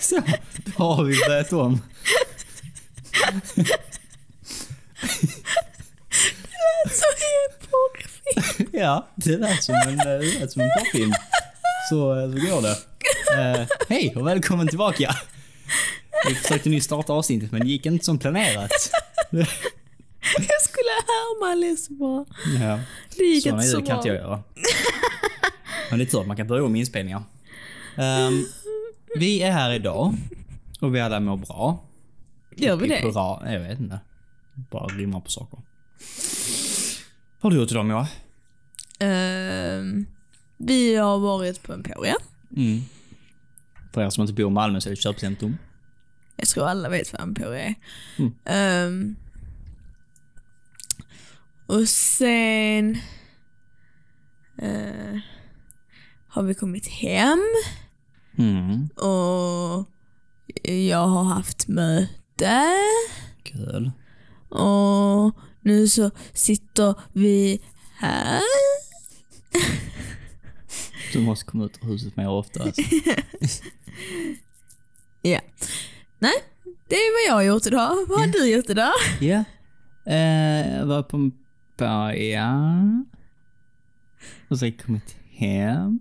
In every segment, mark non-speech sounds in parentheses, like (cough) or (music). Så, då har vi börjat om. Så är jag porrfilm. Ja, det lät som en, eh, det lät som en porrfilm. Så, eh, så går det. Eh, Hej och välkommen tillbaka. Vi försökte nyss starta avsnittet men det gick inte som planerat. Jag skulle härma Alice så bra. Ja. Det gick Så inte nej, så det kan bra. inte jag göra. Men det är tur att man kan börja om inspelningar. Ehm, vi är här idag och vi alla mår bra. Gör vi Klipp det? Hurra. Jag vet inte. Bara rimmar på saker. Vad har du gjort idag Moa? Ehm, vi har varit på Emporia. Mm. För er som inte bor i Malmö så är det ett köpcentrum. Jag tror alla vet vad Emporia är. Mm. Ehm, och sen eh, har vi kommit hem Mm. och jag har haft möte. Kul. Och nu så sitter vi här. Du måste komma ut ur huset mer ofta. Alltså. Ja. Nej, det är vad jag har gjort idag. Vad har du gjort idag? (laughs) Ja. Eh, var på början. Och sen kommit hem.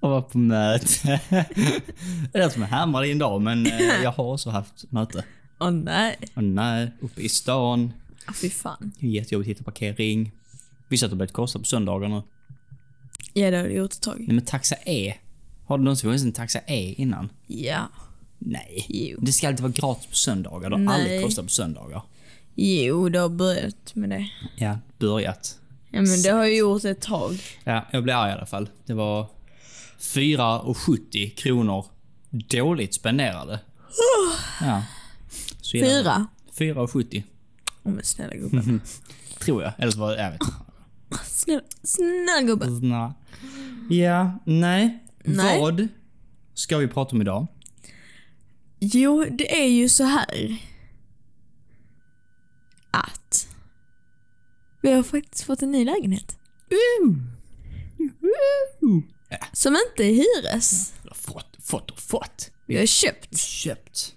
Och var på möte. (laughs) det är som en hammare i en dag men (laughs) eh, jag har också haft möte. Åh nej. Och nej, uppe i stan. Ah, fy fan. Det är Jättejobbigt att hitta parkering. Visst att det har börjat kosta på söndagar nu. Ja, det har du gjort ett tag. Nej men taxa E. Har du någonsin varit en taxa E innan? Ja. Nej. Jo. Det ska alltid vara gratis på söndagar. Det har Nej. aldrig kostat på söndagar. Jo, det har börjat med det. Ja, börjat. Ja, men det har jag gjort ett tag. Ja, jag blev arg i alla fall. Det var 4,70 kronor dåligt spenderade. Ja. Så gillar jag- Fyra. 4,70 Åh men snälla gubben. tror jag. Eller så var det, jag vet (laughs) inte. Snälla, snälla gubben. Såna- Ja, nej. Nej. Vad ska vi prata om idag? Jo, det är ju så här. Att. Vi har faktiskt fått en ny lägenhet. Som inte är hyres. Fått, fått och fått. Vi har köpt. Köpt.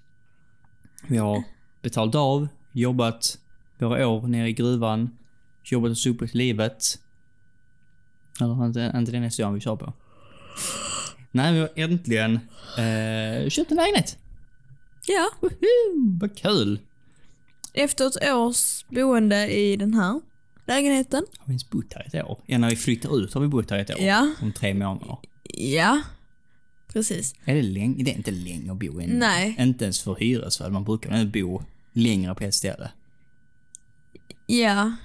Vi har betalt av, jobbat våra år nere i gruvan, jobbat och supit livet. Eller inte, inte den SCA vi kör på. Nej, vi har äntligen eh, köpt en lägenhet. Ja. Woho! Vad kul! Efter ett års boende i den här lägenheten. Har vi ens bott här ett år? Ja, när vi flyttar ut har vi bott här ett år. Ja. Om tre månader. Ja. Precis. Är det länge? Det är inte länge att bo i en- Nej. Inte ens för hyresvärd. Man brukar väl bo längre på ett ställe. Ja.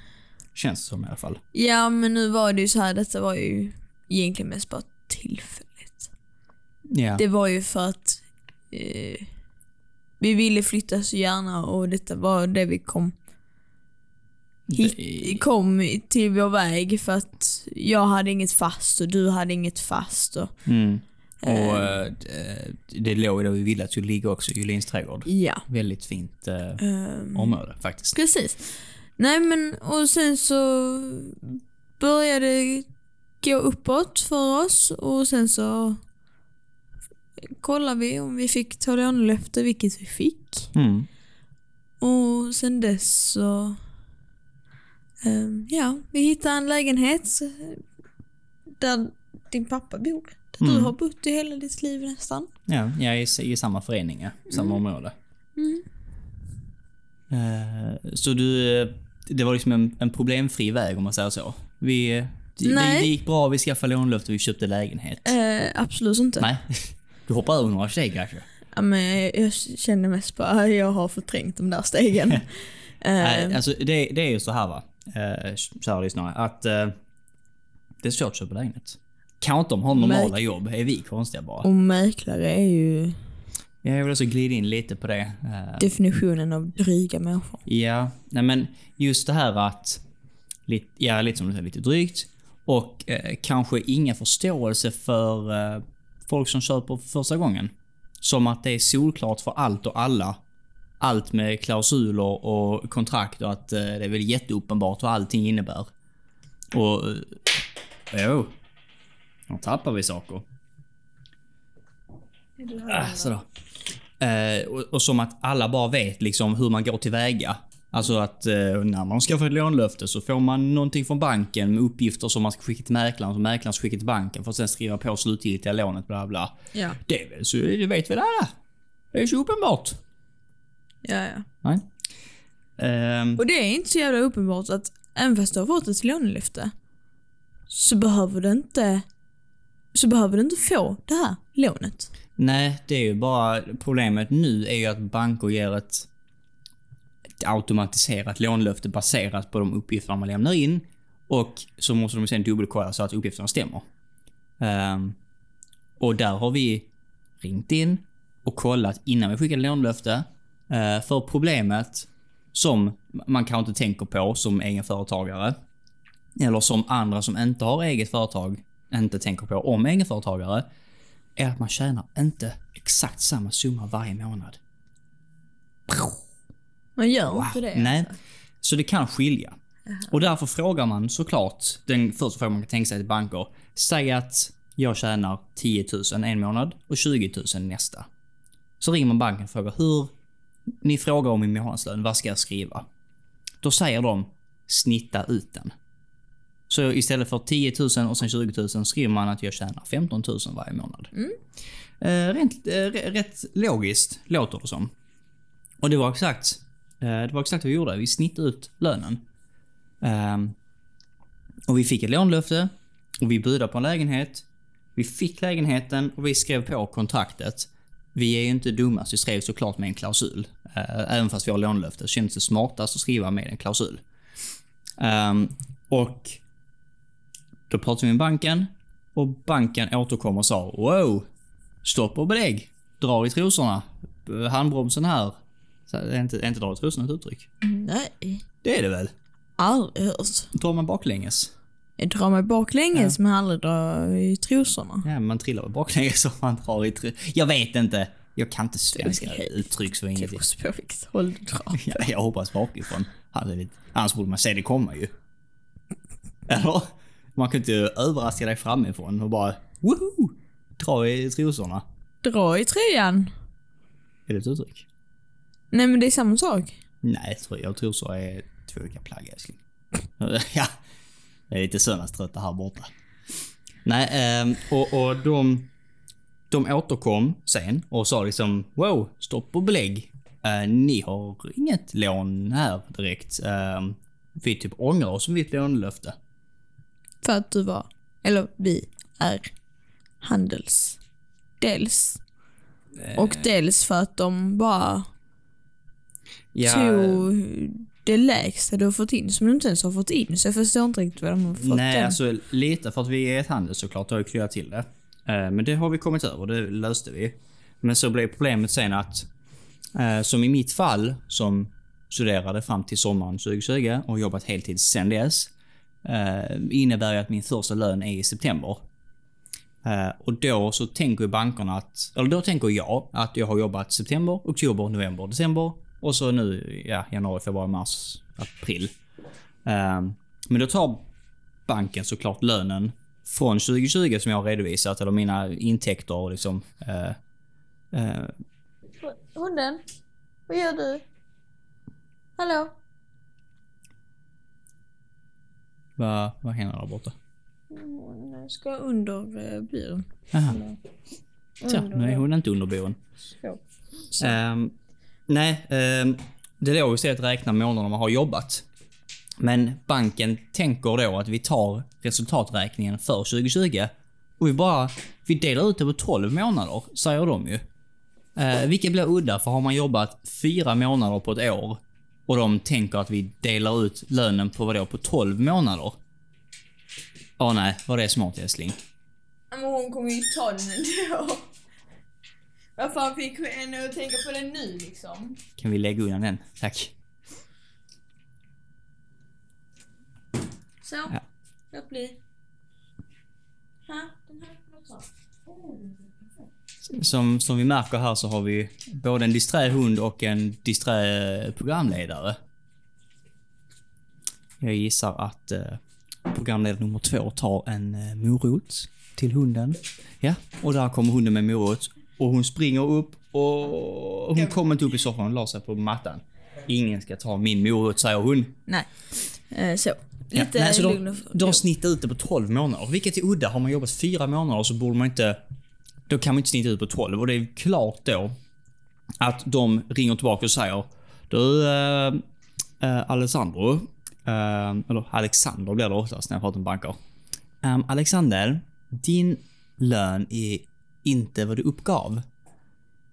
Känns det som i alla fall. Ja, men nu var det ju så här. Detta var ju egentligen mest bara tillfälligt. Ja. Det var ju för att eh, vi ville flytta så gärna och detta var det vi kom, hit, kom till vår väg för att jag hade inget fast och du hade inget fast. Och, Mm. Och eh, det- det låg ju där vi ville att det skulle ligga också, i Julins trädgård. ja. Väldigt fint eh, ehm. område faktiskt. Precis. Nej men och sen så började det gå uppåt för oss och sen så kollade vi om vi fick ta lånelöfte, vilket vi fick. Mm. Och sen dess så... ehm, ja, vi hittade en lägenhet där din pappa bor. Där du Mm. har bott i hela ditt liv nästan. Ja, jag är i, s- i samma förening, ja. samma område. Mm. Eh, så du, eh, det var liksom en, en problemfri väg om man säger så. Vi, eh, det, Nej. det gick bra, vi skaffade lånelöfte, vi köpte lägenhet. Eh, absolut inte. Nej, (laughs) du hoppar över några steg kanske. Ja, men jag- jag känner mest bara att jag har förträngt de där (laughs) stegen. Eh, Nej, alltså det, det är ju så här va. Eh, kära lyssnare. Att eh, det är svårt att köpa lägenhet. Kanske inte de har normala jobb. Är vi konstiga bara? och mäklare är ju Ja, Jag vill också glida in lite på det. Eh, definitionen av dryga människor. ja, nej men just det här att... Lite, ja, lite som du säger, lite drygt. Och eh, kanske ingen förståelse för eh, folk som köper för första gången. Som att det är solklart för allt och alla. Allt med klausuler och kontrakt och att eh, det är väl jätteuppenbart vad allting innebär. Och... eh, oh, Jo. Nu tappar vi saker. Ah, sådär. Eh, och, och som att alla bara vet liksom hur man går tillväga. Alltså att eh, när man skaffar ett lånelöfte så får man någonting från banken med uppgifter som man ska skicka till mäklaren, som mäklaren ska skicka till banken för att sen skriva på slutgiltiga lånet, bla bla. Ja, Det, är väl så, det vet väl alla? Det är så uppenbart. ja, ja. Nej. Ehm, Och det är inte så jävla uppenbart att även fast du har fått ett lånelyfte så behöver du inte så behöver du inte få det här lånet. nej, det är ju bara problemet nu är ju att banker ger ett, ett automatiserat lånelöfte baserat på de uppgifter man lämnar in och så måste de sen dubbelkolla så att uppgifterna stämmer. Ehm, och där har vi ringt in och kollat innan vi skickade lånelöfte. eh, för problemet som man kanske inte tänker på som egenföretagare eller som andra som inte har eget företag inte tänker på om egenföretagare är att man tjänar inte exakt samma summa varje månad. Man gör inte det. alltså. Nej. Så det kan skilja. Och därför frågar man såklart, den första frågan man kan tänka sig till banker. Säg att jag tjänar 10 000 en månad och 20 000 nästa. Så ringer man banken och frågar hur... Ni frågar om min månadslön, vad ska jag skriva? Då säger de snitta ut den. Så istället för 10 000 och sen 20 000 skriver man att jag tjänar 15 000 varje månad. Mm. Eh, rent, eh, re- rätt logiskt låter det som. Och det var exakt, eh, det var exakt vad vi gjorde. Vi snittade ut lönen. Ehm, och vi fick ett lånelöfte och vi budade på en lägenhet. Vi fick lägenheten och vi skrev på kontraktet. Vi är ju inte dumma så vi skrev såklart med en klausul. Eh, även fast vi har lånelöfte så kändes det smartast att skriva med en klausul. Ehm, och då pratade vi med banken och banken återkom och sa wow, stopp och belägg, dra i trosorna, handbromsen här. Så, det är inte, är inte dra i trosorna ett uttryck? Nej. Det är det väl? Aldrig hört. Drar man baklänges? Jag drar mig baklänges men aldrig drar i trosorna. Ja, man trillar väl baklänges (laughs) om man drar i tro... Jag vet inte. Jag kan inte svenska Det är uttryck så Det inget. beror Typ på vilket håll du drar. (laughs) Ja, jag hoppas bakifrån. Hade vi- Annars borde man se det komma ju. Eller? Man kan inte överraska dig framifrån och bara woho! Dra i trosorna. Dra i tröjan. Är det ett uttryck? Nej men det är samma sak. Nej, tror jag tror så är två olika plagg älskling. (laughs) ja, jag är lite söndagströtta här borta. Nej, ehm, och, och de, de återkom sen och sa liksom wow, stopp och belägg. Eh, ni har inget lån här direkt. Ehm, vi typ ångrar oss om mitt lånelöfte. För att du var, eller vi är handels. Dels. Eh. Och dels för att de bara Ja, tog det lägsta du har fått in som du inte ens har fått in. Så jag förstår inte riktigt vad de har fått Nej, den. alltså lite för att vi är ett handel såklart. Det har ju kryat till det. Eh, Men det har vi kommit över. Det löste vi. Men så blev problemet sen att eh, som i mitt fall som studerade fram till sommaren 2020 och jobbat heltid sen dess eh, innebär ju att min första lön är i september. Eh, Och då så tänker ju bankerna att, eller då tänker jag att jag har jobbat september, oktober, november, december och så nu ja, januari, februari, mars, april. Ehm, Men då tar banken såklart lönen från 2020 som jag har redovisat, eller mina intäkter och liksom... Eh, eh, Hunden, vad gör du? Hallå? vad, vad händer där borta? Hon ska under eh, byrån. Aha. Så, nu är hon inte underboen. Ehm, nej, ehm, det logiskt är att räkna månaderna man har jobbat. Men banken tänker då att vi tar resultaträkningen för 2020 och vi bara vi delar ut det på 12 månader, säger de ju. Eh, vilket blir udda, för har man jobbat fyra månader på ett år och de tänker att vi delar ut lönen på vadå, på 12 månader? Åh nej, var det smart älskling? Men hon kommer ju ta den ändå. Vad fan fick henne att tänka på den nu liksom? Kan vi lägga undan den? Tack. Så, låt bli. Ha, den här kommer ta. Som, som vi märker här så har vi både en disträ hund och en disträ eh, programledare. Jag gissar att eh, programledare nummer två tar en eh, morot till hunden. Ja, och där kommer hunden med morot. Och hon springer upp och hon kommer inte upp i soffan, hon la sig på mattan. Ingen ska ta min morot, säger hon. Nej. Eh, så. Ja, Lite nej, så lugn de, och ro. de snittar ut det på 12 månader, vilket är udda. Har man jobbat fyra månader så borde man inte... Då kan man inte snitta ut på 12 och det är klart då att de ringer tillbaka och säger Du eh, eh, Alessandro, eh, eller Alexander blir det oftast när jag pratar om banker. Ehm, Alexander, din lön är inte vad du uppgav.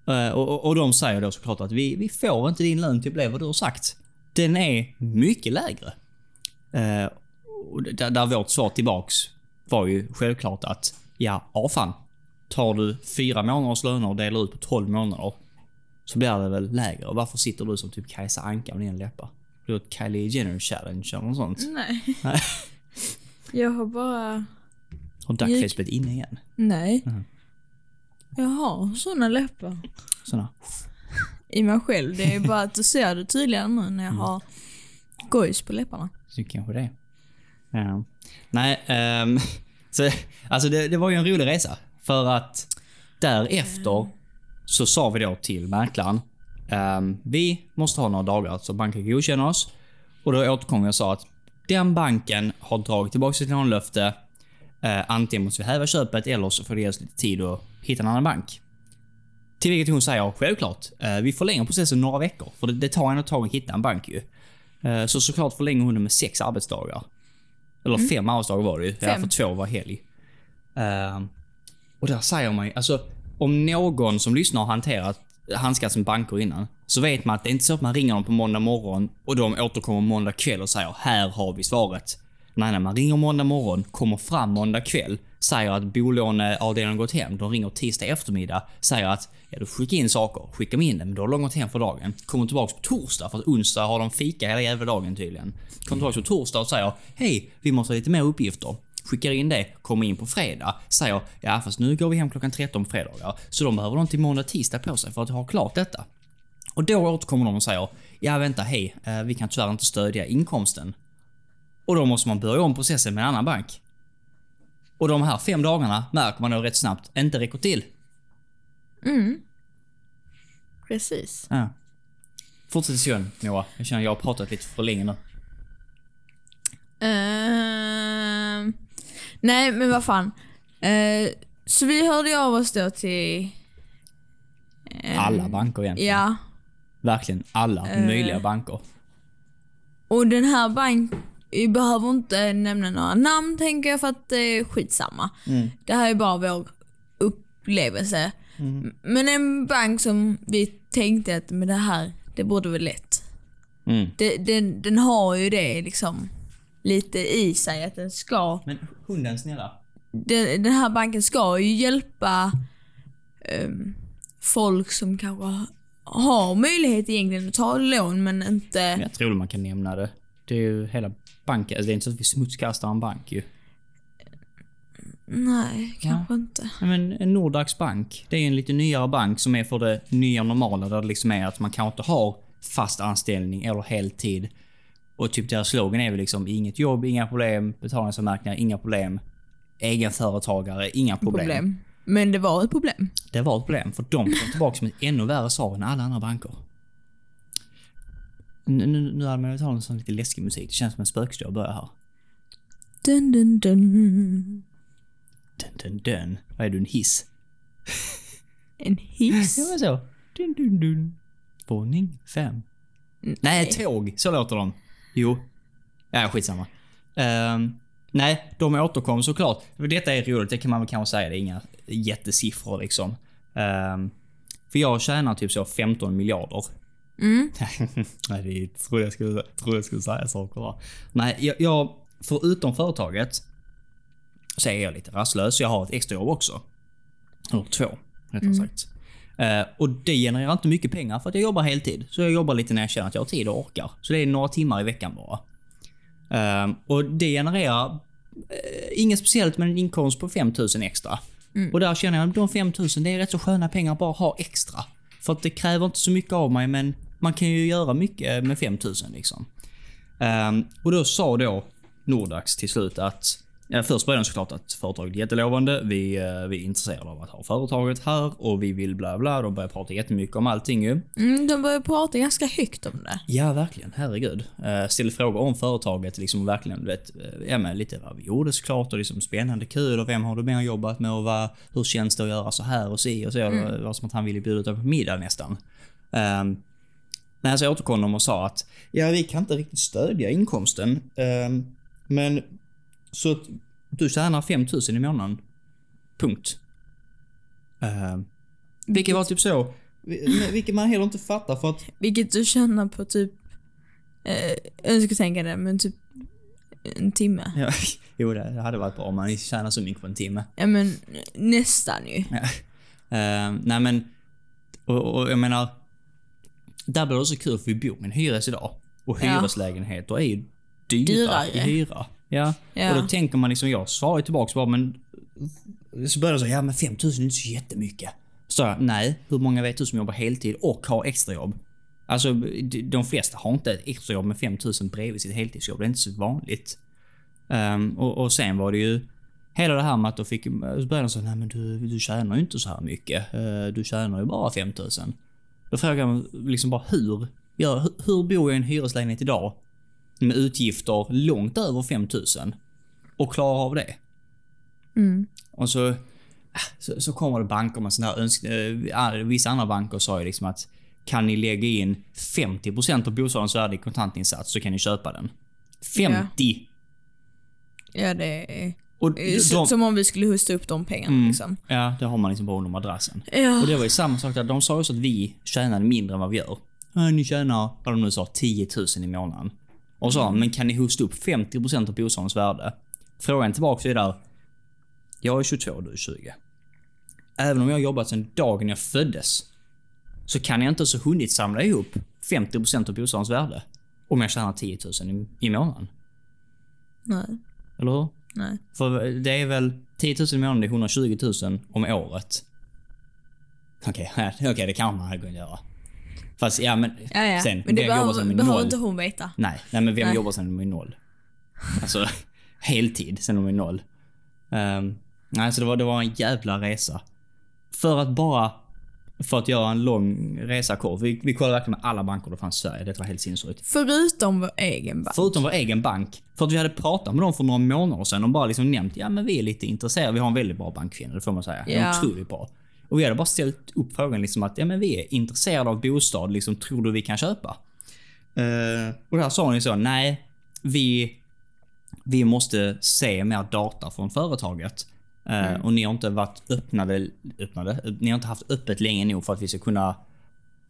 Eh, och, och- och de säger då såklart att vi, vi får inte din lön till att bli vad du har sagt. Den är mycket lägre. Eh, och d- där, där vårt svar tillbaks var ju självklart att ja, ja fan. Tar du fyra månaders löner och delar ut på 12 månader så blir det väl lägre. Och varför sitter du som typ Kajsa Anka med dina läppar? Du har ett Kylie Jenner challenge eller något sånt. Nej. (laughs) Nej. Jag har bara... Har duckface blivit inne igen? Nej. Jag har såna läppar. Såna. I mig själv. Det är bara att du ser det tydligare nu när jag har gojs på läpparna. Så kanske det. Ja. Nej, ehm, (laughs) så, alltså det, det var ju en rolig resa. För att därefter så sa vi då till mäklaren. ehm, vi måste ha några dagar så banken godkänner oss. Och då återkom jag och sa att den banken har dragit tillbaka sitt lånelöfte. Eh, antingen måste vi häva köpet eller så får det ge oss lite tid att hitta en annan bank. Till vilket hon säger, självklart. Eh, vi förlänger processen några veckor. För det, det tar en ett tag att hitta en bank ju. Eh, Så såklart förlänger hon det med sex arbetsdagar. Eller fem arbetsdagar var det ju. Ja, Fem. för två var helg. Ehm, och där säger man ju, alltså om någon som lyssnar har hanterat handskats med banker innan. Så vet man att det är inte så att man ringer dem på måndag morgon och de återkommer måndag kväll och säger här har vi svaret. Nej, nej, man ringer måndag morgon, kommer fram måndag kväll, säger att bolåneavdelningen gått hem. De ringer tisdag eftermiddag, säger att ja, du skickar in saker, skicka mig in det, men då har de gått hem för dagen. Kommer tillbaks på torsdag, för att onsdag har de fika hela jävla dagen tydligen. Kommer tillbaks på torsdag och säger hej, vi måste ha lite mer uppgifter. Skickar in det, kommer in på fredag, säger ja fast nu går vi hem klockan 13 på fredagar. Så de behöver någon till måndag, tisdag på sig för att ha klart detta. Och då återkommer de och säger ja vänta hej, eh, vi kan tyvärr inte stödja inkomsten. Och då måste man börja om processen med en annan bank. Och de här fem dagarna märker man då rätt snabbt inte räcker till. Precis. Ja. Fortsätt session Moa. Jag känner att jag har pratat lite för länge nu. Ehm, nej, men vad fan. Eh, så vi hörde av oss då till... eh, Alla banker egentligen. Ja. Eh. Verkligen alla möjliga banker. Och den här banken, vi behöver inte nämna några namn tänker jag för att det är skitsamma. Mm. Det här är bara vår upplevelse. Mm. Men en bank som vi tänkte att men det här, det borde vara lätt. Mm. Det, den, den har ju det liksom lite i sig att den ska Men hunden snälla. den, den här banken ska ju hjälpa ehm, folk som kanske har möjlighet egentligen att ta lån men Men inte... Jag tror man kan nämna det. Det är ju hela banken. Alltså det är inte så att vi smutskastar en bank ju. Nej, kanske inte. Ja, men en Nordax bank. Det är en lite nyare bank som är för det nya normala där det liksom är att man kanske inte har fast anställning eller heltid. Och typ deras slogan är väl liksom inget jobb, inga problem, betalningsanmärkningar, inga problem. Egenföretagare, inga problem. problem. Men det var ett problem. Det var ett problem för de kom tillbaka med ett ännu värre svar än alla andra banker. Nu, nu, nu hade man ju talat om sån lite läskig musik. Det känns som en spökstå börjar här. Dun, dun, dun. Dun, dun, dun. Vad är du, en hiss? En hiss. Ja, men så. Dun, dun, dun. Våning fem. Nej, tåg. Så låter de. Jo. Ja, skitsamma. Um, nej, de återkom såklart. För Detta är roligt, det kan man väl kanske säga. Det är inga jättesiffror liksom. Ehm, för jag tjänar typ så 15 miljarder. Mm. (laughs) nej, det är, tror jag skulle, tror jag skulle säga saker där. Nej, jag, jag, förutom företaget så är jag lite rastlös. Jag har ett extrajobb också. Eller två, rättare sagt. Eh, och det genererar inte mycket pengar för att jag jobbar heltid. Så jag jobbar lite när jag känner att jag har tid och orkar. Så det är några timmar i veckan bara. Ehm, och det genererar eh, inget speciellt men en inkomst på 5000 extra. Och där känner jag att de 5000 det är rätt så sköna pengar att bara ha extra. För att det kräver inte så mycket av mig men man kan ju göra mycket med 5000 liksom. Ehm, och då sa då Nordax till slut att Ja, först började de såklart att företaget är jättelovande. Vi, eh, vi är intresserade av att ha företaget här och vi vill bla bla. De börjar prata jättemycket om allting ju. Mm, de börjar prata ganska högt om det. Ja, verkligen. Herregud. Uh, ställer frågor om företaget. Liksom verkligen, du vet, eh, ja, men lite vad vi gjorde såklart och liksom spännande, kul och vem har du mer jobbat med och vad, hur känns det att göra så här och si och så. Det var som att han ville bjuda ut dem på middag nästan. Um, men så återkom de och sa att ja, vi kan inte riktigt stödja inkomsten. ehm, men så att du tjänar 5000 i månaden. Punkt. Ehm, vilket var typ så. vi- Vilket man heller inte fattar för att Vilket du känner på typ, eh, önsketänkande, men typ en timme. Ja, (laughs) jo, det hade varit bra om man tjänar så mycket på en timme. Ja men nästan ju. Eh, nej men, och, och jag menar, där blir det så kul för vi bor i en hyres idag. Och Ja. hyreslägenheter är ju dyra Dyrare. i hyra. Ja. Ja. och då tänker man liksom, jag svarar ju tillbaks bara men, så börjar jag säga, ja men 5000 är inte så jättemycket. Så jag, nej, hur många vet du som jobbar heltid och har extrajobb? Alltså, de- de flesta har inte ett extrajobb med 5000 bredvid sitt heltidsjobb. Det är inte så vanligt. Ehm, och, och sen var det ju hela det här med att då fick, så började de säga, nej men du, du tjänar ju inte så här mycket. Eh, Du tjänar ju bara 5000. Då frågar jag liksom bara hur? Ja, hu- hur bor jag i en hyreslägenhet idag? Med utgifter långt över 5000 och klarar av det. Mm. Och så, äh, så, så kommer det banker med sådana här önsk- eh, Vissa andra banker sa ju liksom att kan ni lägga in 50% av bostadens värde i kontantinsats så kan ni köpa den. 50! Ja det är... Och eh, de, s- Som om vi skulle hosta upp de pengarna liksom. ja, det har man liksom bara under madrassen. Och Ja. det var ju samma sak där. De sa ju också att vi tjänade mindre än vad vi gör. Ja, ni tjänar, vad de nu sa, 10 000 i månaden. Och sa men kan ni hosta upp 50% av bostadens värde? Frågan tillbaka är där, jag är 22 och du är 20. Även om jag har jobbat sedan dagen jag föddes, så kan jag inte ens ha hunnit samla ihop 50% av bostadens värde. Om jag tjänar 10 000 i, i månaden. Nej. Eller hur? Nej. För det är väl 10 000 i månaden, det är 120 000 om året. Okej, (laughs) okay, det kan man hade kunnat göra. Fast ja, men Ja, ja. sen, men det vem jobbar behöver, sen med behöver noll? inte hon veta. Nej, nej, men vem Nej. jobbar sen med noll? Alltså, (laughs) heltid sen de är noll. Um, nej, så det var, det var en jävla resa. För att bara, för att göra en lång resa kort. Vi, vi kollade verkligen med alla banker det fanns i Sverige. Det var helt sinnessjukt. Förutom vår egen bank. Förutom vår egen bank. För att vi hade pratat med dem för några månader sedan. De bara liksom nämnt, ja men vi är lite intresserade. Vi har en väldigt bra bankkvinna, det får man säga. Yeah. Ja. Otroligt bra. Och vi hade bara ställt upp frågan liksom att, ja men vi är intresserade av bostad, liksom tror du vi kan köpa? Eh, Och där sa ni så, nej, vi, vi måste se mer data från företaget. Eh, Och ni har inte varit öppnade, öppnade, ni har inte haft öppet länge nog för att vi ska kunna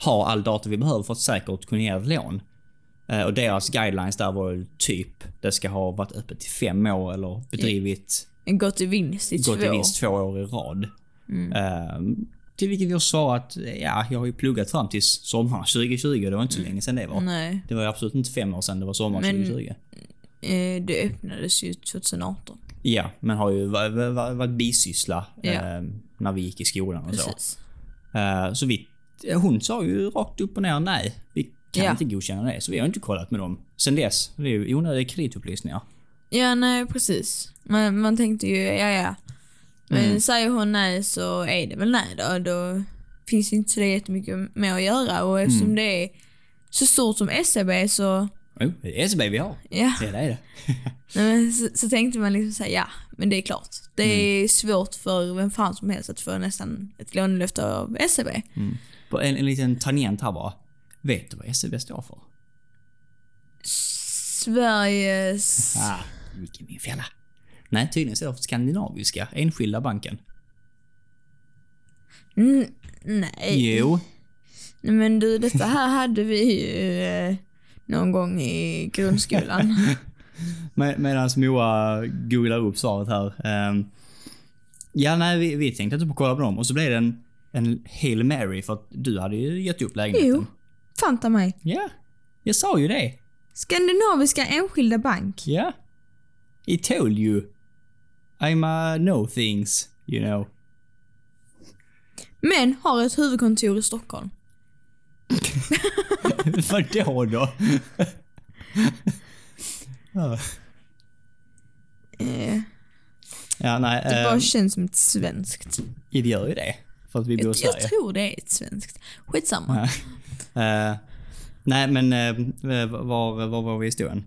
ha all data vi behöver för att säkert kunna ge ett lån. Eh, Och deras guidelines där var ju typ, det ska ha varit öppet i fem år eller bedrivit, Gått i vinst i två. Mm. gått i minst två år i rad. Eh, Till vilket vi har svarat, ja, jag har ju pluggat fram tills sommaren 2020, det var inte så länge sedan det var. Nej. Det var ju absolut inte fem år sedan det var sommar Mm. Men- 2020. Eh, Det öppnades ju 2018. Ja, men har ju va- va- va- varit bisyssla Ja. eh, när vi gick i skolan och så. Precis. Eh, så vi, hon sa ju rakt upp och ner nej. Vi kan Ja. inte godkänna det, så vi har inte kollat med dem sen dess. Det är ju onödiga kreditupplysningar. Ja, nej precis. Man, man tänkte ju, ja ja. Men säger hon nej så är det väl nej då. Då finns inte så jättemycket mer att göra och eftersom det är så stort som SEB så, Jo, det är SEB vi har. ja. Det är det. det. Nej, men så, så tänkte man liksom säga ja, men det är klart. Det är svårt för vem fan som helst att få nästan ett lånelöfte av E SEB. På En, en liten tangent här bara. Vet du vad SEB står för? Sveriges... Ah, gick i min fälla. Nej, tydligen står det för Skandinaviska Enskilda Banken. N- nej. Jo. Nej, Men du, detta här hade vi ju eh, någon gång i grundskolan. Med, Medan Moa googlar upp svaret här. Ehm, ja, nej, vi, vi tänkte inte på att kolla på dem och så blev det en, en Hail Mary för att du hade ju gett upp lägenheten. jo, fanta mig. Ja, jag sa ju det. Skandinaviska Enskilda Bank. Ja. I told you. I'm a know things, you know. (laughs) Men har ett huvudkontor i Stockholm. Vadå då? Ja. Eh, Ja, nej. Det eh, bara känns som ett svenskt. vi gör ju det. För att vi bor i Jag, Sverige. jag tror det är ett svenskt. Skitsamma. Nej. Eh, nej, men eh, var, var var vi i historien?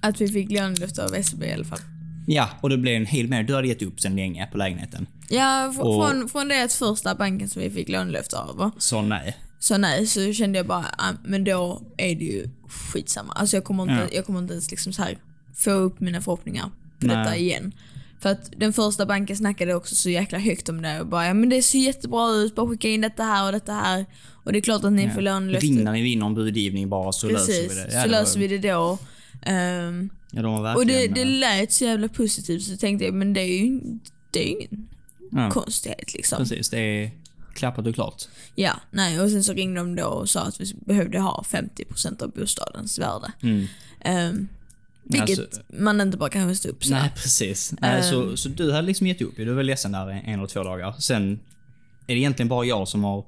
Att vi fick låneluft av SEB i alla fall. Ja, och det blev en hel mer. Du hade gett upp sen länge på lägenheten. Ja, fr- Och- från, från det att första banken som vi fick låneluft av Så nej. sa nej så kände jag bara, ah, men då är det ju skitsamma. Alltså jag kommer inte, Ja. jag kommer inte ens liksom så här få upp mina förhoppningar på Nej. detta igen. För att den första banken snackade också så jäkla högt om det och bara, ja men det ser jättebra ut, bara skicka in detta här och detta här. Och det är klart att ni får låneluft. Ring när ni vinner en budgivning bara så löser vi Mm, Precis, det. så löser vi det då. Ehm, Ja, de var och det, verkligen, det eh, lät så jävla positivt så tänkte jag, men det är ju, det är ju ingen ja, konstighet liksom. Precis, det är klappat och klart. Ja, nej, och sen så ringde de då och sa att vi behövde ha 50% av bostadens värde. Mm. Ehm, vilket Alltså- man inte bara kan stå upp så. Ehm. Nej, precis. Nej, så, så du hade liksom gett upp. Du var väl ledsen där en eller två dagar. Sen är det egentligen bara jag som har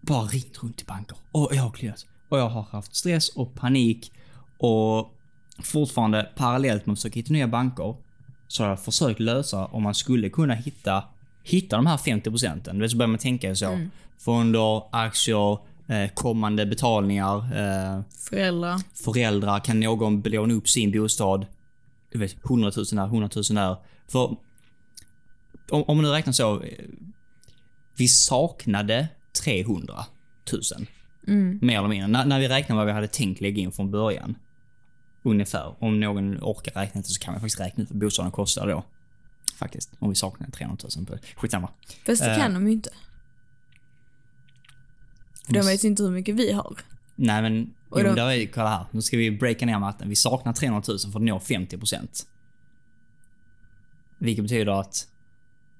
bara ringt runt till banker. Och jag har kliat. Och jag har haft stress och panik. Och fortfarande parallellt med att försöka hitta nya banker så har jag försökt lösa om man skulle kunna hitta, hitta de här 50 procenten. Du vet, Så börjar man tänka så. Mm. Fonder, aktier, eh, kommande betalningar. Eh, Föräldrar. föräldrar, kan någon belåna upp sin bostad? Du vet, 100 000 här, 100 000 där. För om, om man nu räknar så. eh, Vi saknade 300 000. Mer eller mindre. När, när vi räknar vad vi hade tänkt lägga in från början. Ungefär. Om någon orkar räkna ut så kan man faktiskt räkna ut vad bostaden kostar då. Faktiskt. Om vi saknade 300 000. på det. Skitsamma. Fast Eh. det kan de ju inte. För de vet ju inte hur mycket vi har. Nej men, Och jo, då- där är, kolla här. Nu ska vi breaka ner matten. Vi saknar 300 000 för att nå 50%. Vilket betyder att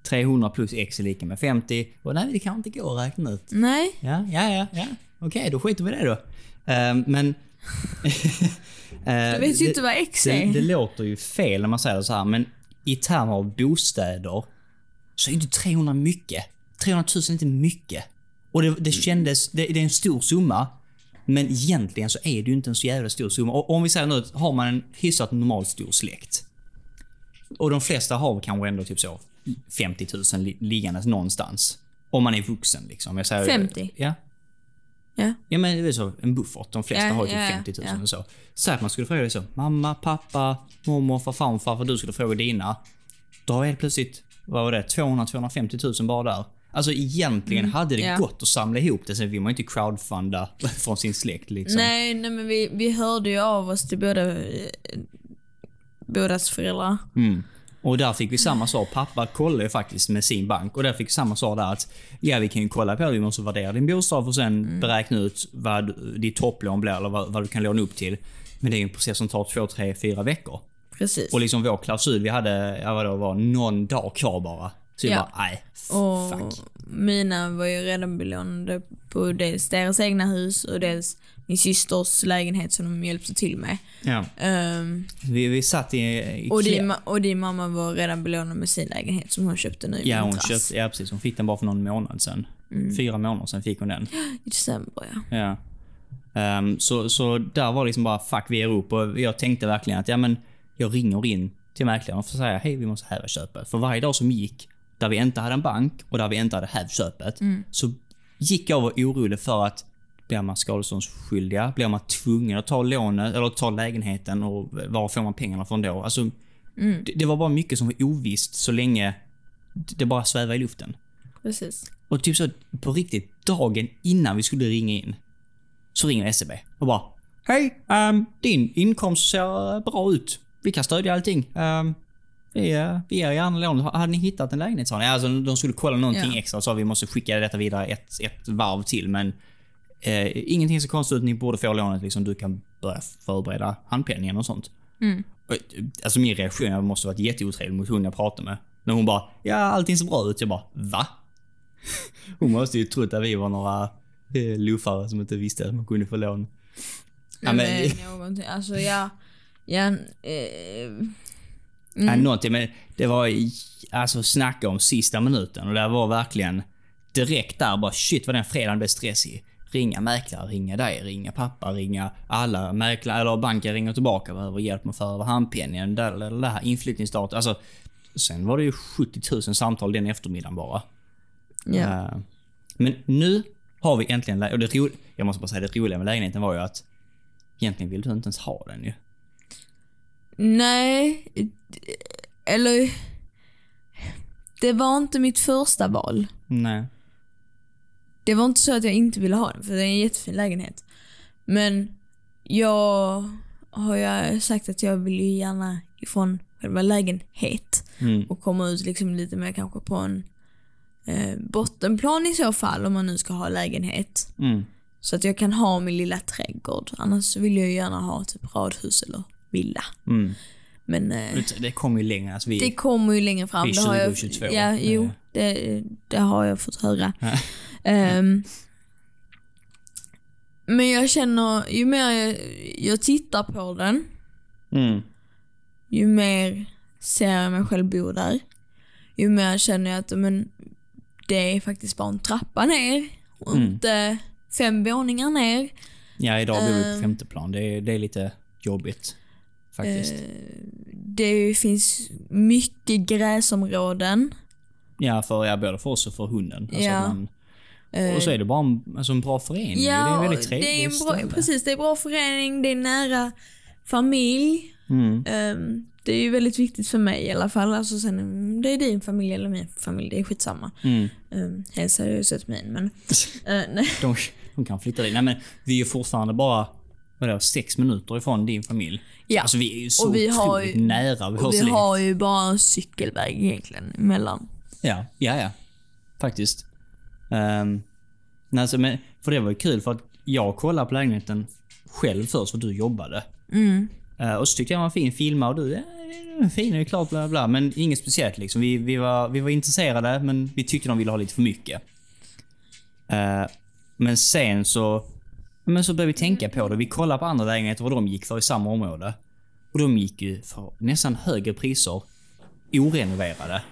300 plus x är lika med 50. Och nej, det kan inte gå att räkna ut. Nej. Ja, ja, ja. ja. Okej, då skiter vi i det då. Ehm, men... (laughs) Eh, Du vet ju inte vad X Alltså, det, är. det låter ju fel när man säger det så här, men i termer av bostäder så är inte 300 mycket. 300 000 är inte mycket. Och det, det kändes, det, det är en stor summa, men egentligen så är det ju inte en så jävla stor summa. Och om vi säger nu, att har man en hyfsat normal stor släkt. Och de flesta har kanske ändå typ så 50 000 li- liggandes någonstans. Om man är vuxen liksom. Jag säger, 50? Ja. Ja. Ja men det är så, en buffert. De flesta Ja, har ju typ ja, ja, 50 000 ja. och så. Så att man skulle fråga dig så, mamma, pappa, mormor, farfar, och farfar, du skulle fråga dina. Då har jag helt plötsligt, vad var det, 200-250 000 bara där. Alltså egentligen hade det Mm, ja. gått att samla ihop det, sen vill man ju inte crowdfunda (laughs) från sin släkt liksom. Nej, nej men vi, vi hörde ju av oss till båda, eh, bådas föräldrar. Mm. Och där fick vi samma svar. Pappa kollade ju faktiskt med sin bank och där fick vi samma svar där att ja, vi kan ju kolla på det. Vi måste värdera din bostad och sen Mm. beräkna ut vad ditt topplån blir eller vad, vad du kan låna upp till. Men det är ju en process som tar två, tre, fyra veckor. Precis. Och liksom vår klausul vi hade, ja vadå, var någon dag kvar bara. Så vi Ja. bara, nej, f- Och fuck. mina var ju redan belånade på dels deras egna hus och dels min systers lägenhet som de hjälpte till med. Ja. Ehm, Vi, vi satt i, i och, klä- din, ma- och din mamma var redan belånad med sin lägenhet som hon köpte nu i Ja, hon vintras. köpte, ja precis. Hon fick den bara för någon månad sedan. Mm. Fyra månader sedan fick hon den. I december ja. Ja. Ehm, så, så där var det liksom bara fuck, vi ger upp. Och jag tänkte verkligen att ja, men jag ringer in till mäklaren och får säga hej, vi måste häva köpet. För varje dag som gick, där vi inte hade en bank och där vi inte hade hävt köpet, så gick jag och var orolig för att blir man skadeståndsskyldiga? Blir man tvungen att ta lånet eller ta lägenheten och var får man pengarna från då? Alltså, det, det var bara mycket som var ovisst så länge det bara svävade i luften. Precis. Och typ så på riktigt, dagen innan vi skulle ringa in, så ringer SEB och bara Hej! ehm, din inkomst ser eh, bra ut. Vi kan stödja allting. Ehm, vi, eh, vi ger gärna lån. Har- Hade ni hittat en lägenhet? Sa ni. Alltså, de skulle kolla någonting Ja. extra så vi måste skicka detta vidare ett, ett varv till. Men eh, ingenting så konstigt ut. Ni borde få lånet. Liksom, du kan börja förbereda handpenningen och sånt. Och, eh, Alltså min reaktion jag måste ha varit jätteotrevlig mot hon jag pratade med. När hon bara “Ja, allting ser bra ut”. Jag bara “Va?” Hon måste ju trott att vi var några eh, luffare som inte visste att man kunde få lån. Ja, men- Nej, men... någonting. Alltså ja. ja eh, Ja, någonting, men det var i- alltså snacka om sista minuten och det var verkligen direkt där bara shit vad den fredagen blev stressig. ringa mäklare, ringa dig, ringa pappa, ringa alla mäklare eller banken ringer tillbaka behöver hjälp med att föra över handpenningen, där, där, där, där, inflyttningsdatum. Alltså, sen var det ju 70 000 samtal den eftermiddagen bara. Ja. Eh, Men nu har vi äntligen lä- och det ro- Jag måste bara säga det roliga med lägenheten var ju att egentligen vill du inte ens ha den ju. Nej, d- eller... Det var inte mitt första val. Nej. Det var inte så att jag inte ville ha den, för det är en jättefin lägenhet. Men jag har ju sagt att jag vill ju gärna ifrån själva lägenhet Mm. och komma ut liksom lite mer kanske på en eh, bottenplan i så fall om man nu ska ha lägenhet. Mm. Så att jag kan ha min lilla trädgård. Annars så vill jag ju gärna ha typ radhus eller villa. Mm. Men eh, Det- Det kom ju längre. Alltså vi, det kommer ju längre fram. det är har jag, 2022. ja, jo, Ja. det, det har jag fått höra. Ehm, men jag känner, ju mer jag, jag tittar på den, mm. ju mer ser jag mig själv bo där. Ju mer känner jag att men, det är faktiskt bara en trappa ner och Mm. inte fem våningar ner. Ja, idag bor vi på Ehm. femte plan. Det är, det är lite jobbigt. Faktiskt. Eh. Det finns mycket gräsområden. Ja, för, ja, både för oss och för hunden. Alltså Ja. att man, Eh, och så är det bara en, alltså en bra förening. det är en väldigt trevlig det är en ställe. bra, precis. Det är bra förening, det är nära familj. Mm. Ehm, det är ju väldigt viktigt för mig i alla fall. Alltså sen om det är din familj eller min familj, det är skitsamma. Mm. Um, helst hade jag ju sett min, (laughs) men... eh, nej. De, de kan flytta dit. Nej, men vi är ju fortfarande bara vadå, sex minuter ifrån din familj. Ja. Alltså vi är ju så Och vi har otroligt ju- nära vår Och vi släkt. har ju bara en cykelväg egentligen emellan. Ja, ja, ja. Faktiskt. Um, nej, alltså, men, för det var ju kul för att jag kollade på lägenheten själv först för du jobbade. Mm. Eh, och så tyckte jag den var fin, filma och du, ja, den är fin, det är klart, bla bla. Men inget speciellt liksom. Vi, vi, var, vi var intresserade, men vi tyckte de ville ha lite för mycket. Eh, men sen så, men så började vi tänka på det. Vi kollade på andra lägenheter vad de gick för i samma område. Och de gick ju för nästan högre priser, orenoverade.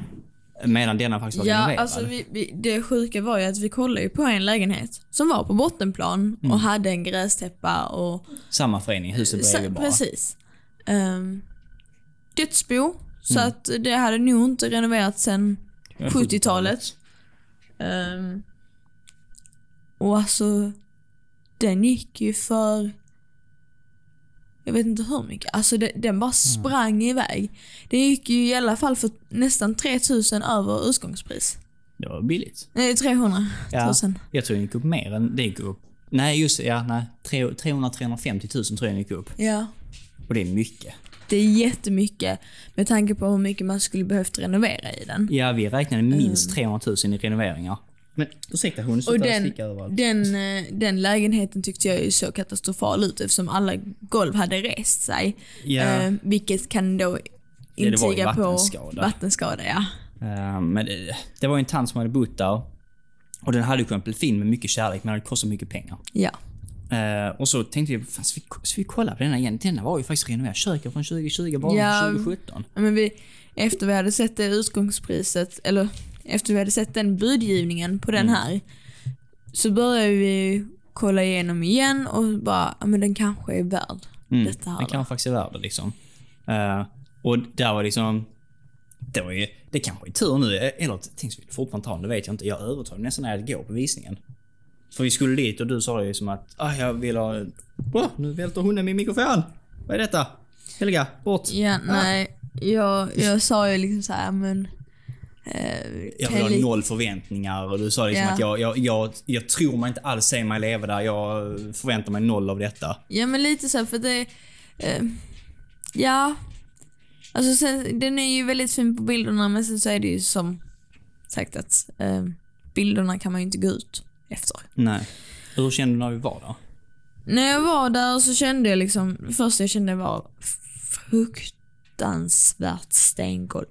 Medan denna faktiskt var Ja, renoverad. alltså vi, vi, det sjuka var ju att vi kollade ju på en lägenhet som var på bottenplan Mm. och hade en grästäppa och... Samma förening, huset Så, bredvid typ bara. (laughs) precis. Um, dödsbo, så att det hade nog inte renoverats sen 70-talet. Ehm, och alltså, den gick ju för... Jag vet inte hur mycket. Alltså det, den bara sprang iväg. Den gick ju i alla fall för nästan 3000 över utgångspris. Det var billigt. Nej, 300 Ja. 000. Jag tror den gick upp mer än det gick upp. Nej, just ja, nej. 300-350 000 tror jag den gick upp. Ja. Och det är mycket. Det är jättemycket med tanke på hur mycket man skulle behövt renovera i den. Ja, vi räknade minst 300 000 i renoveringar. Men ursäkta, hon Mm. Och slutar den, sticka överallt. den, eh, den lägenheten tyckte jag ju så katastrofal ut eftersom alla golv hade rest sig. Ja. Eh, vilket kan då ju intyga på vattenskada. vattenskada. Ja. Eh, men det, det var ju en tant som hade bott där. Och den hade ju kunnat bli fin med mycket kärlek, men det kostade mycket pengar. ja. Eh, och så tänkte vi, fan, ska vi, ska vi kolla på denna igen? Denna var ju faktiskt renoverad. Köket från 2020, bara Ja. från 2017. Men vi, efter vi hade sett det utgångspriset, eller efter vi hade sett den budgivningen på Mm. den här, så började vi kolla igenom igen och bara, ja men den kanske är värd Mm. detta här. Den Kan... kanske faktiskt är värd det liksom. Eh, och där var liksom... Det var ju... Det kanske är tur nu. eh, Eller tänk så vi fortfarande tar den, det vet jag inte. Jag övertalade nästan när jag går på visningen. För vi skulle dit och du sa ju som att ah, jag vill ha... Åh, nu välter hunden min mikrofon! Vad är detta? Helga, bort! Ja, nej. Jag, jag sa ju liksom så här, men... Eh, Jag vill ha Helge- noll förväntningar och du sa liksom Ja. att jag, jag, jag, jag tror mig inte alls se mig leva där. Jag förväntar mig noll av detta. Ja men lite så här, för det... Eh, ja. Alltså sen, den är ju väldigt fin på bilderna men sen så är det ju som sagt att eh, bilderna kan man ju inte gå ut efter. Nej. Hur kände du när vi var där? När jag var där så kände jag liksom, det första jag kände var fruktansvärt stengolv.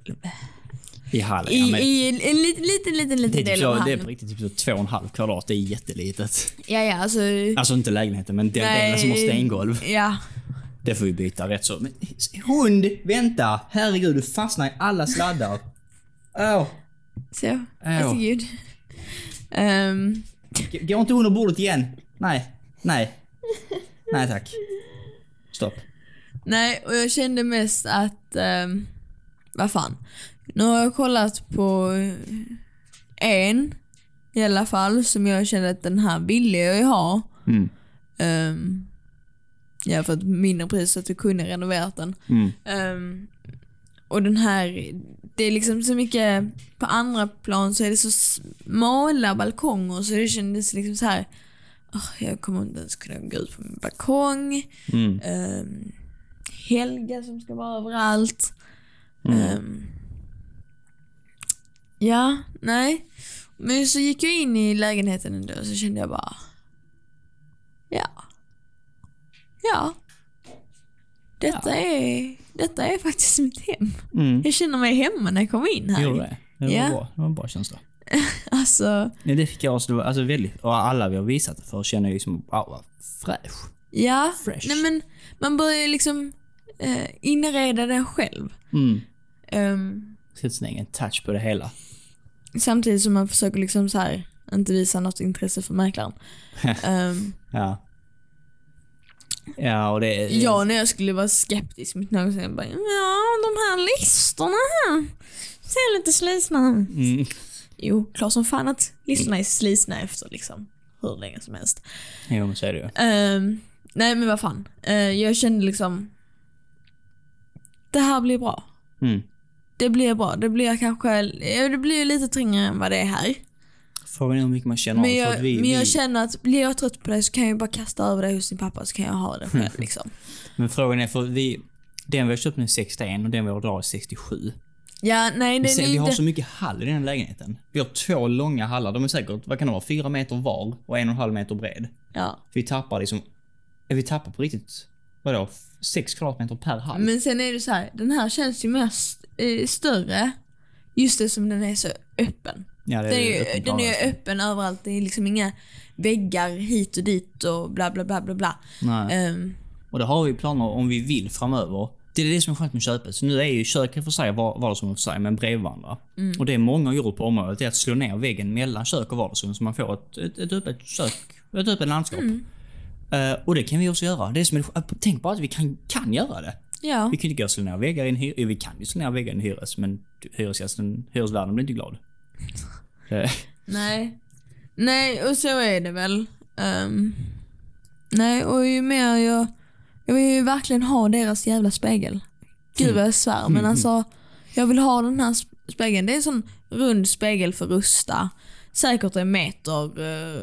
I hallen? I, ja, men- i en, en liten, liten, liten, Det är, liten typ del av så, det är på hallen. riktigt typ så två och en halv kvadrat. Det är jättelitet. (laughs) Ja, ja, alltså... Alltså inte lägenheten, men den delen som har stengolv. Ja. Det får vi byta rätt så. Men, hund! Vänta! Herregud, du fastnar i alla sladdar. Åh! Så, varsågod. Ehm, Går inte under bordet igen? Nej. Nej. Nej tack. Stopp. Nej, och jag kände mest att... ehm, vad fan. Nu har jag kollat på eh, en i alla fall som jag kände att den här ville jag ju ha. Mm. Ehm, ja, för ett mindre pris så att vi kunde renoverat den. Mm. Ehm, och den här, det är liksom så mycket, på andra plan så är det så smala balkonger så det kändes liksom så här. "Åh, jag kommer inte ens kunna gå ut på min balkong. Mm. Ehm, Helga som ska vara överallt. Mm. Ehm, ja, nej. Men så gick jag in i lägenheten ändå och så kände jag bara... Ja. Ja. Detta, Är, detta är faktiskt mitt hem. Mm. Jag känner mig hemma när jag kommer in här. Gjorde det? Det var, Ja. bra. det var en bra känsla. Alltså, Nej, det fick jag också. Det var alltså väldigt, och alla vi har visat det för känner ju liksom, wow, vad fräsch. ja. Fresh. Nej, men man börjar ju liksom eh, inreda den själv. Mm. Ehm, Sätter sin egen touch på det hela. Samtidigt som man försöker liksom så här, inte visa något intresse (laughs) för mäklaren. Ehm, Ja. Ja, och det är... ja, när jag skulle vara skeptisk mot någon så jag bara, ja de här listorna här. Ser lite slitna ut. Mm. Jo, klart som fan att listorna är slitna efter liksom hur länge som helst. Jo, men så är det ju. Ehm, nej men vad fan. Eh, jag kände liksom, det här blir bra. Mm. Det blir bra. Det blir kanske, ja, det blir ju lite trängre än vad det är här. Frågan är hur mycket man känner Men av, jag, för att vi, men jag vi, känner att blir jag trött på det så kan jag bara kasta över det hos din pappa så kan jag ha (laughs) det själv. Liksom. men frågan är för vi... Den vi har köpt nu är 61 och den vi har idag är 67. Ja, nej det Vi, ser, är vi har inte... så mycket hall i den här lägenheten. Vi har två långa hallar. De är säkert, vad kan de vara, fyra meter var och en och en halv meter bred. Ja. Vi tappar liksom... Vi tappar på riktigt, vadå, sex kvadratmeter per hall. Men sen är det så här, den här känns ju mest eh, större. Just det som den är så öppen. ja, det Den är ju ju, öppen den är ju plan. öppen överallt. Det är liksom inga väggar hit och dit och bla bla bla bla bla. Nej. Ehm, Och det har vi planer om vi vill framöver. Det är det som är skönt med köpet. Så nu är ju köket för sig, var- vardagsrummet för sig, men bredvid varandra. Mm. Och det många har gjort på området är att slå ner väggen mellan kök och vardagsrum så man får ett, ett, ett öppet kök, ett öppet landskap. Mm. Eh, och det kan vi också göra. Det är som är, tänk bara att vi kan, kan göra det. ja. Vi kan inte gå och slå ner väggar i en hyres... Vi kan ju slå ner väggar i en hyres, men hyresgästen, hyresvärden blir inte (laughs) glad. Eh, Det- Nej. Nej, och så är det väl. Ehm, nej, och ju mer jag... Jag vill ju verkligen ha deras jävla spegel. Gud vad jag svär, men alltså. Jag vill ha den här sp- spegeln. Det är en sån rund spegel för Rusta. Säkert en meter eh,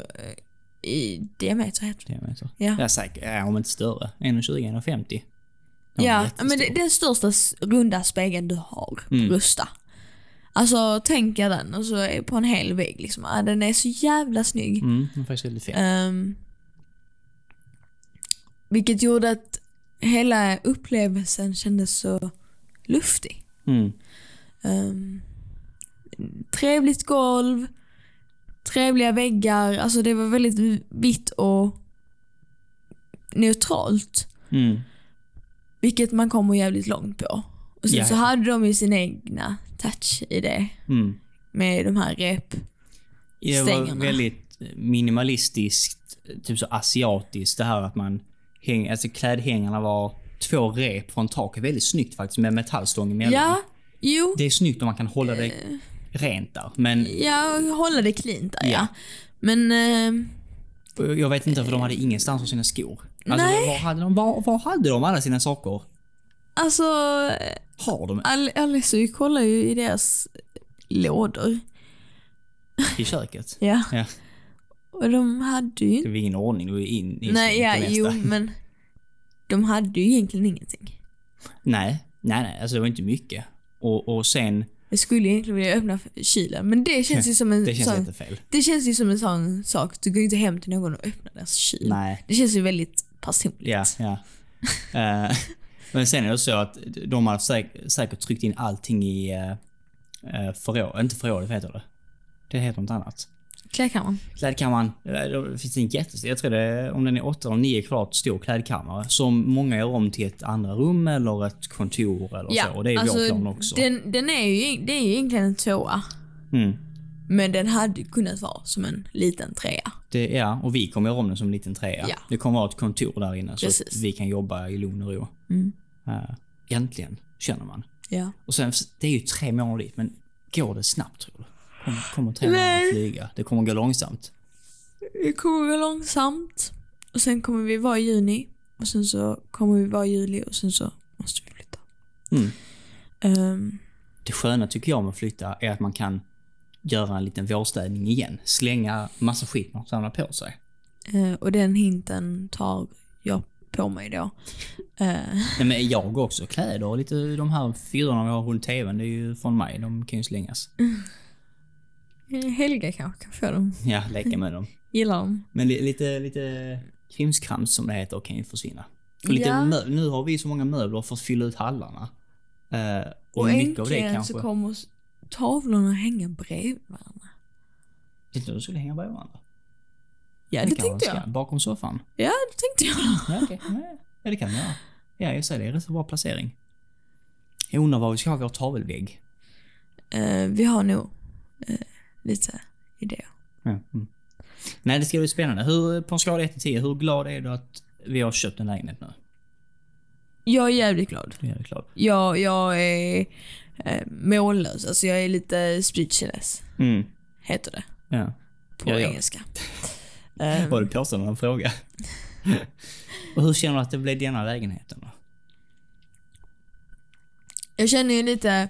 i diameter heter det. det är jag så. Ja. Jag är säker, ja, om inte större. 1,20, 1,50. Den var Ja, jättestor. men det, det är den största s- runda spegeln du har på Rusta. Alltså tänk er den och så är på en hel vägg liksom. Ja, Den är så jävla snygg. Mm, den är faktiskt väldigt fin. Ehm, vilket gjorde att hela upplevelsen kändes så luftig. Mm. Ehm, trevligt golv, trevliga väggar. Alltså det var väldigt vitt och neutralt. Mm. Vilket man kommer jävligt långt på. Och sen Ja, så ja. hade de ju sin egna touch i det. Mm. Med de här rep. Det var Stängerna. väldigt minimalistiskt, typ så asiatiskt det här att man häng, alltså klädhängarna var två rep från taket. Väldigt snyggt faktiskt med metallstång emellan. Ja, jo. Det är snyggt om man kan hålla det rent där. Men Ja, hålla det cleant där ja. Ja. Men... ehm, jag vet inte för de hade ingenstans att ha sina skor. Alltså, Nej. Var, hade de, var, var hade de alla sina saker? Alltså, Har de Al- Alessio kollar ju i deras lådor. i köket? Ja. Ja. Och de hade ju Det inte... var ingen ordning. Det var in, in, Nej, in ja, till nästa. jo, men... De hade ju egentligen ingenting. Nej, nej, nej. Alltså det var inte mycket. Och, och sen, Jag skulle egentligen vilja öppna f- kylen, men det känns ju som (laughs) en det känns sån... jättefel. Det känns ju som en sån sak. Du går ju inte hem till någon och öppnar deras kyl. Nej. Det känns ju väldigt personligt. Ja, ja. Eh, men sen är det så att de har säk- säkert tryckt in allting i uh, förråd, inte förrådet heter det. Det heter något annat. Klädkammaren. Klädkammaren, eh, det finns en jättestor, jag tror det är, om den är 8 eller 9 kvadrat stor klädkammare som många gör om till ett andra rum eller ett alltså kontor eller så. Och det är vår plan också. Den, den är ju, det är ju egentligen en tvåa. Mm. Men den hade kunnat vara som en liten trea. Det, ja, och vi kommer göra om den som en liten trea. Ja. Det kommer vara ett kontor där inne så att Precis. vi kan jobba i lugn och ro. Mm. Eh, äntligen, känner man. Ja. Och sen, det är ju tre månader dit, men går det snabbt tror du? Kommer, kommer tre Nej. månader flyga? Det kommer gå långsamt. Det kommer gå långsamt. Och sen kommer vi vara i juni. Och sen så kommer vi vara i juli och sen så måste vi flytta. Mm. Ehm, Det sköna tycker jag med att flytta är att man kan göra en liten vårstädning igen. Slänga massa skit man samlar på sig. eh, och den hinten tar jag på mig då. Eh, (laughs) Nej, men jag också. Kläder och lite de här fyrorna vi har runt TVn, det är ju från mig. De kan ju slängas. Helga kanske kan få dem. Ja, leka med dem. Gillar dem. Men li- lite, lite krimskrams som det heter kan ju försvinna. Och lite Ja. mö- nu har vi så många möbler för att fylla ut hallarna. Eh, och, Och mycket av det äntligen kanske... så kommer s- tavlorna hänga bredvid varandra. Tänkte du att de skulle hänga bredvid varandra? Ja, kan det man tänkte jag. ska- Bakom soffan? Ja, det tänkte jag. Ja, okej. Nej, Ja, det kan man göra. Ja, jag säger det. Det är rätt så bra placering. Jag undrar var vi ska ha vår tavelvägg. Eh, vi har nog eh, lite idéer. Ja. Mm. Nej, det ska bli spännande. Hur, på en skala 1-10, hur glad är du att vi har köpt en lägenhet nu? Jag är jävligt glad. Det är jag glad. Jag, jag är eh, mållös. Alltså jag är lite speechless, Mm. heter det Ja. på Ja, ja. (laughs) engelska. Eh, Var det påstående eller en fråga? (laughs) och hur känner du att det blev denna lägenheten då? jag känner ju lite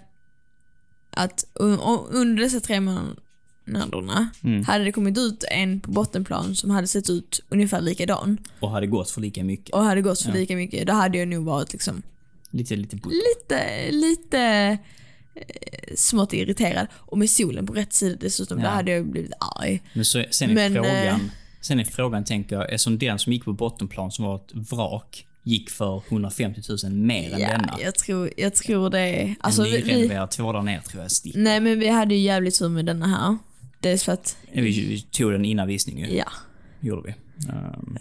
att un- o- under dessa tre månaderna Mm. hade det kommit ut en på bottenplan som hade sett ut ungefär likadan Och hade gått för lika mycket. och hade gått för lika mycket, då hade jag nog varit liksom Lite, lite butt. lite, lite eh, smått irriterad. Och med solen på rätt sida dessutom, Ja. då hade jag blivit arg. Men så, sen är Men, eh, frågan, sen är frågan tänker jag, eftersom den som gick på bottenplan som var ett vrak gick för 150 000 mer än denna. Ja, jag, tror, jag tror det. Alltså, en vi, Mm. vi, nyrenoverad två där ner tror jag stick. nej men vi hade ju jävligt tur med denna här. Dels för att, Vi, vi tog den innan visning ju, ja. gjorde vi. Ehm,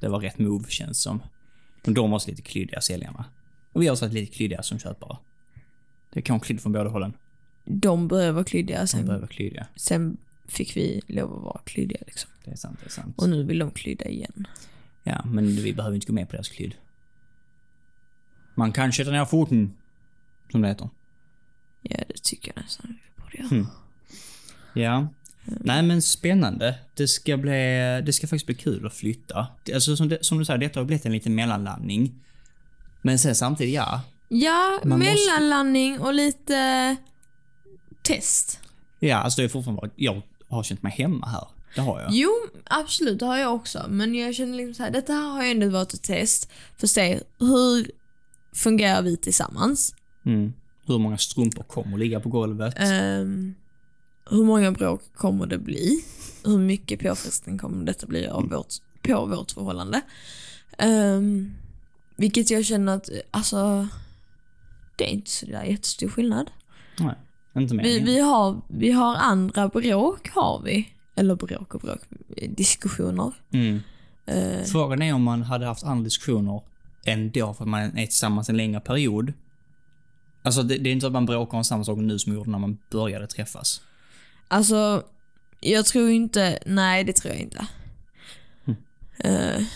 det var rätt move känns som. Men de var också lite klyddiga säljarna. Och vi har också varit lite klyddiga som köpare. Det kan vara klydd från båda hållen. De började vara klyddiga, De sen, behöver klyddiga. sen fick vi lov att vara klyddiga liksom. Det är sant, det är sant. Och nu vill de klydda igen. Ja, men vi behöver inte gå med på deras klydd. Man kan sätta ner foten. Som det heter. Ja, det tycker jag nästan vi borde göra. Hm. Ja. Nej men spännande. Det ska, bli, det ska faktiskt bli kul att flytta. Alltså, som, det, som du säger, detta har blivit en liten mellanlandning. Men sen samtidigt, ja. Ja, Man måste- mellanlandning och lite test. Ja, alltså det är fortfarande varit, jag har känt mig hemma här. Det har jag. Jo, absolut, det har jag också. Men jag känner liksom så här, detta här har ju ändå varit ett test för att se hur fungerar vi tillsammans? Mm. Hur många strumpor kommer att ligga på golvet? Ehm, hur många bråk kommer det bli? Hur mycket påfrestning kommer detta bli av vårt, på vårt förhållande? Ehm, vilket jag känner att, alltså, det är inte så där jättestor skillnad. Nej, inte mer. Vi, vi, har, vi har andra bråk, har vi. Eller bråk och bråk, eh, diskussioner. Mm. eh. Frågan är om man hade haft andra diskussioner ändå för att man är tillsammans en längre period. Alltså det, det är inte så att man bråkar om samma saker nu som man gjorde när man började träffas. Alltså, jag tror inte... Nej, det tror jag inte. Eh,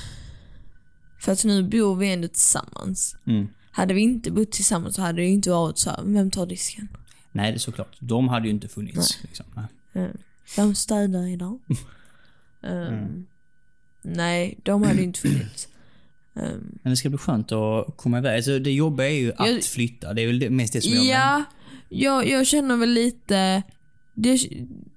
för att nu bor vi ändå tillsammans. Mm. Hade vi inte bott tillsammans så hade det ju inte varit så här, vem tar disken? Nej, det är såklart. De hade ju inte funnits. Liksom. Nej. Vem städar (laughs) idag? Eh, Mm. Nej, de hade (clears throat) ju inte funnits. Men det ska bli skönt att komma iväg. Alltså, det jobbiga är ju att Jag- flytta. Det är väl det, mest det som jag menar. ja, jag, jag känner väl lite... Det,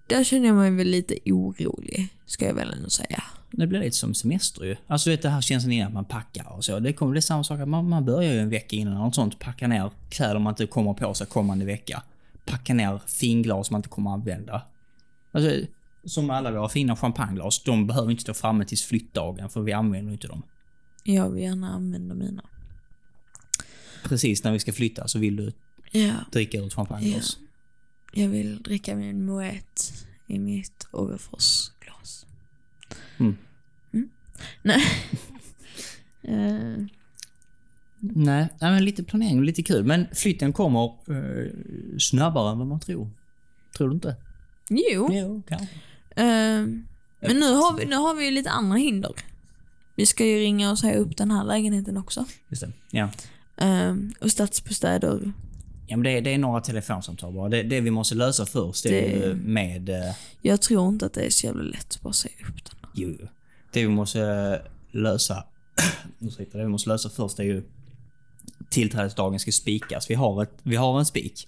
där känner jag mig väl lite orolig, ska jag väl ändå säga. Det blir lite som semester ju. Alltså du vet det här känslan innan att man packar och så. Det kommer bli samma sak. att Man, man börjar ju en vecka innan eller något sånt. Packa ner kläder man inte kommer på sig kommande vecka. Packa ner finglas man inte kommer använda. Alltså, som alla våra fina champagneglas. De behöver inte stå framme tills flyttdagen för vi använder inte dem. Jag vill gärna använda mina. Precis när vi ska flytta så vill du Ja. dricka ur ett champagneglas. Jag vill dricka min moët i mitt Orreforsglas. Mm. Mm. Nej. (laughs) Eh, Nej, nej, men lite planering och lite kul. Men flytten kommer eh, snabbare än vad man tror. Tror du inte? Jo. Jo, kanske. Eh, men nu har, vi, nu har vi ju lite andra hinder. Vi ska ju ringa och säga upp den här lägenheten också. Just det. Ja. Eh, och stadsbostäder. Ja, men det, är- det är några telefonsamtal bara. Det, det vi måste lösa först det... är Det- ju med... eh, Jag tror inte att det är så jävla lätt att bara säga upp den. Jo, jo. det vi måste eh, lösa... (clears throat) Ursäkta, det vi måste lösa först är ju... Tillträdesdagen ska spikas. Vi har, ett, vi har en spik.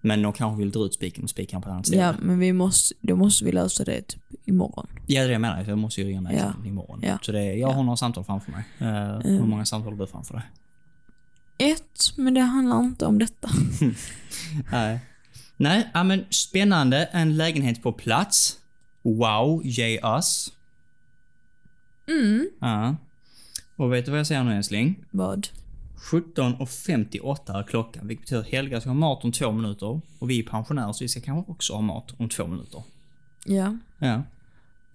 Men de kanske vill dra ut spiken och spika den på ett annat ställe. Alltså, Ja, men vi måste, då måste vi lösa det typ imorgon. Ja, det är det jag menar. Jag måste ju ringa mig Ja. sen imorgon. Ja. Mm. Så det är, jag har några samtal framför mig. Eh, Hur många samtal har du framför dig? Ett, men det handlar inte om detta. (laughs) Nej. Nej, ja, men spännande. En lägenhet på plats. Wow, ge us. Mm. Ja. Och vet du vad jag säger nu älskling? Vad? 17.58 är klockan, vilket betyder att Helga ska ha mat om två minuter. Och vi är pensionärer så vi ska kanske också ha mat om två minuter. Ja. Ja.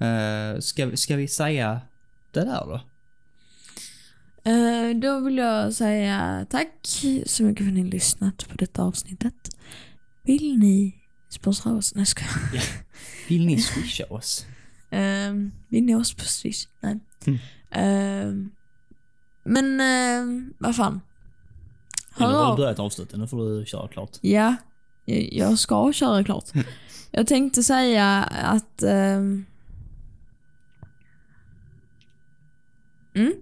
Uh, ska, ska vi säga det där då? Eh, Då vill jag säga tack så mycket för att ni har lyssnat på detta avsnittet. Vill ni sponsra oss? Nej, jag skojar. Vill ni swisha oss? Um, vill ni ha oss på Swish? Nej. Mm. Ehm, men, ehm, vad fan. Eller har Hör du av. börjat avsluta? Nu får du köra klart. Ja, jag, jag ska köra klart. Mm. jag tänkte säga att... ehm, mm.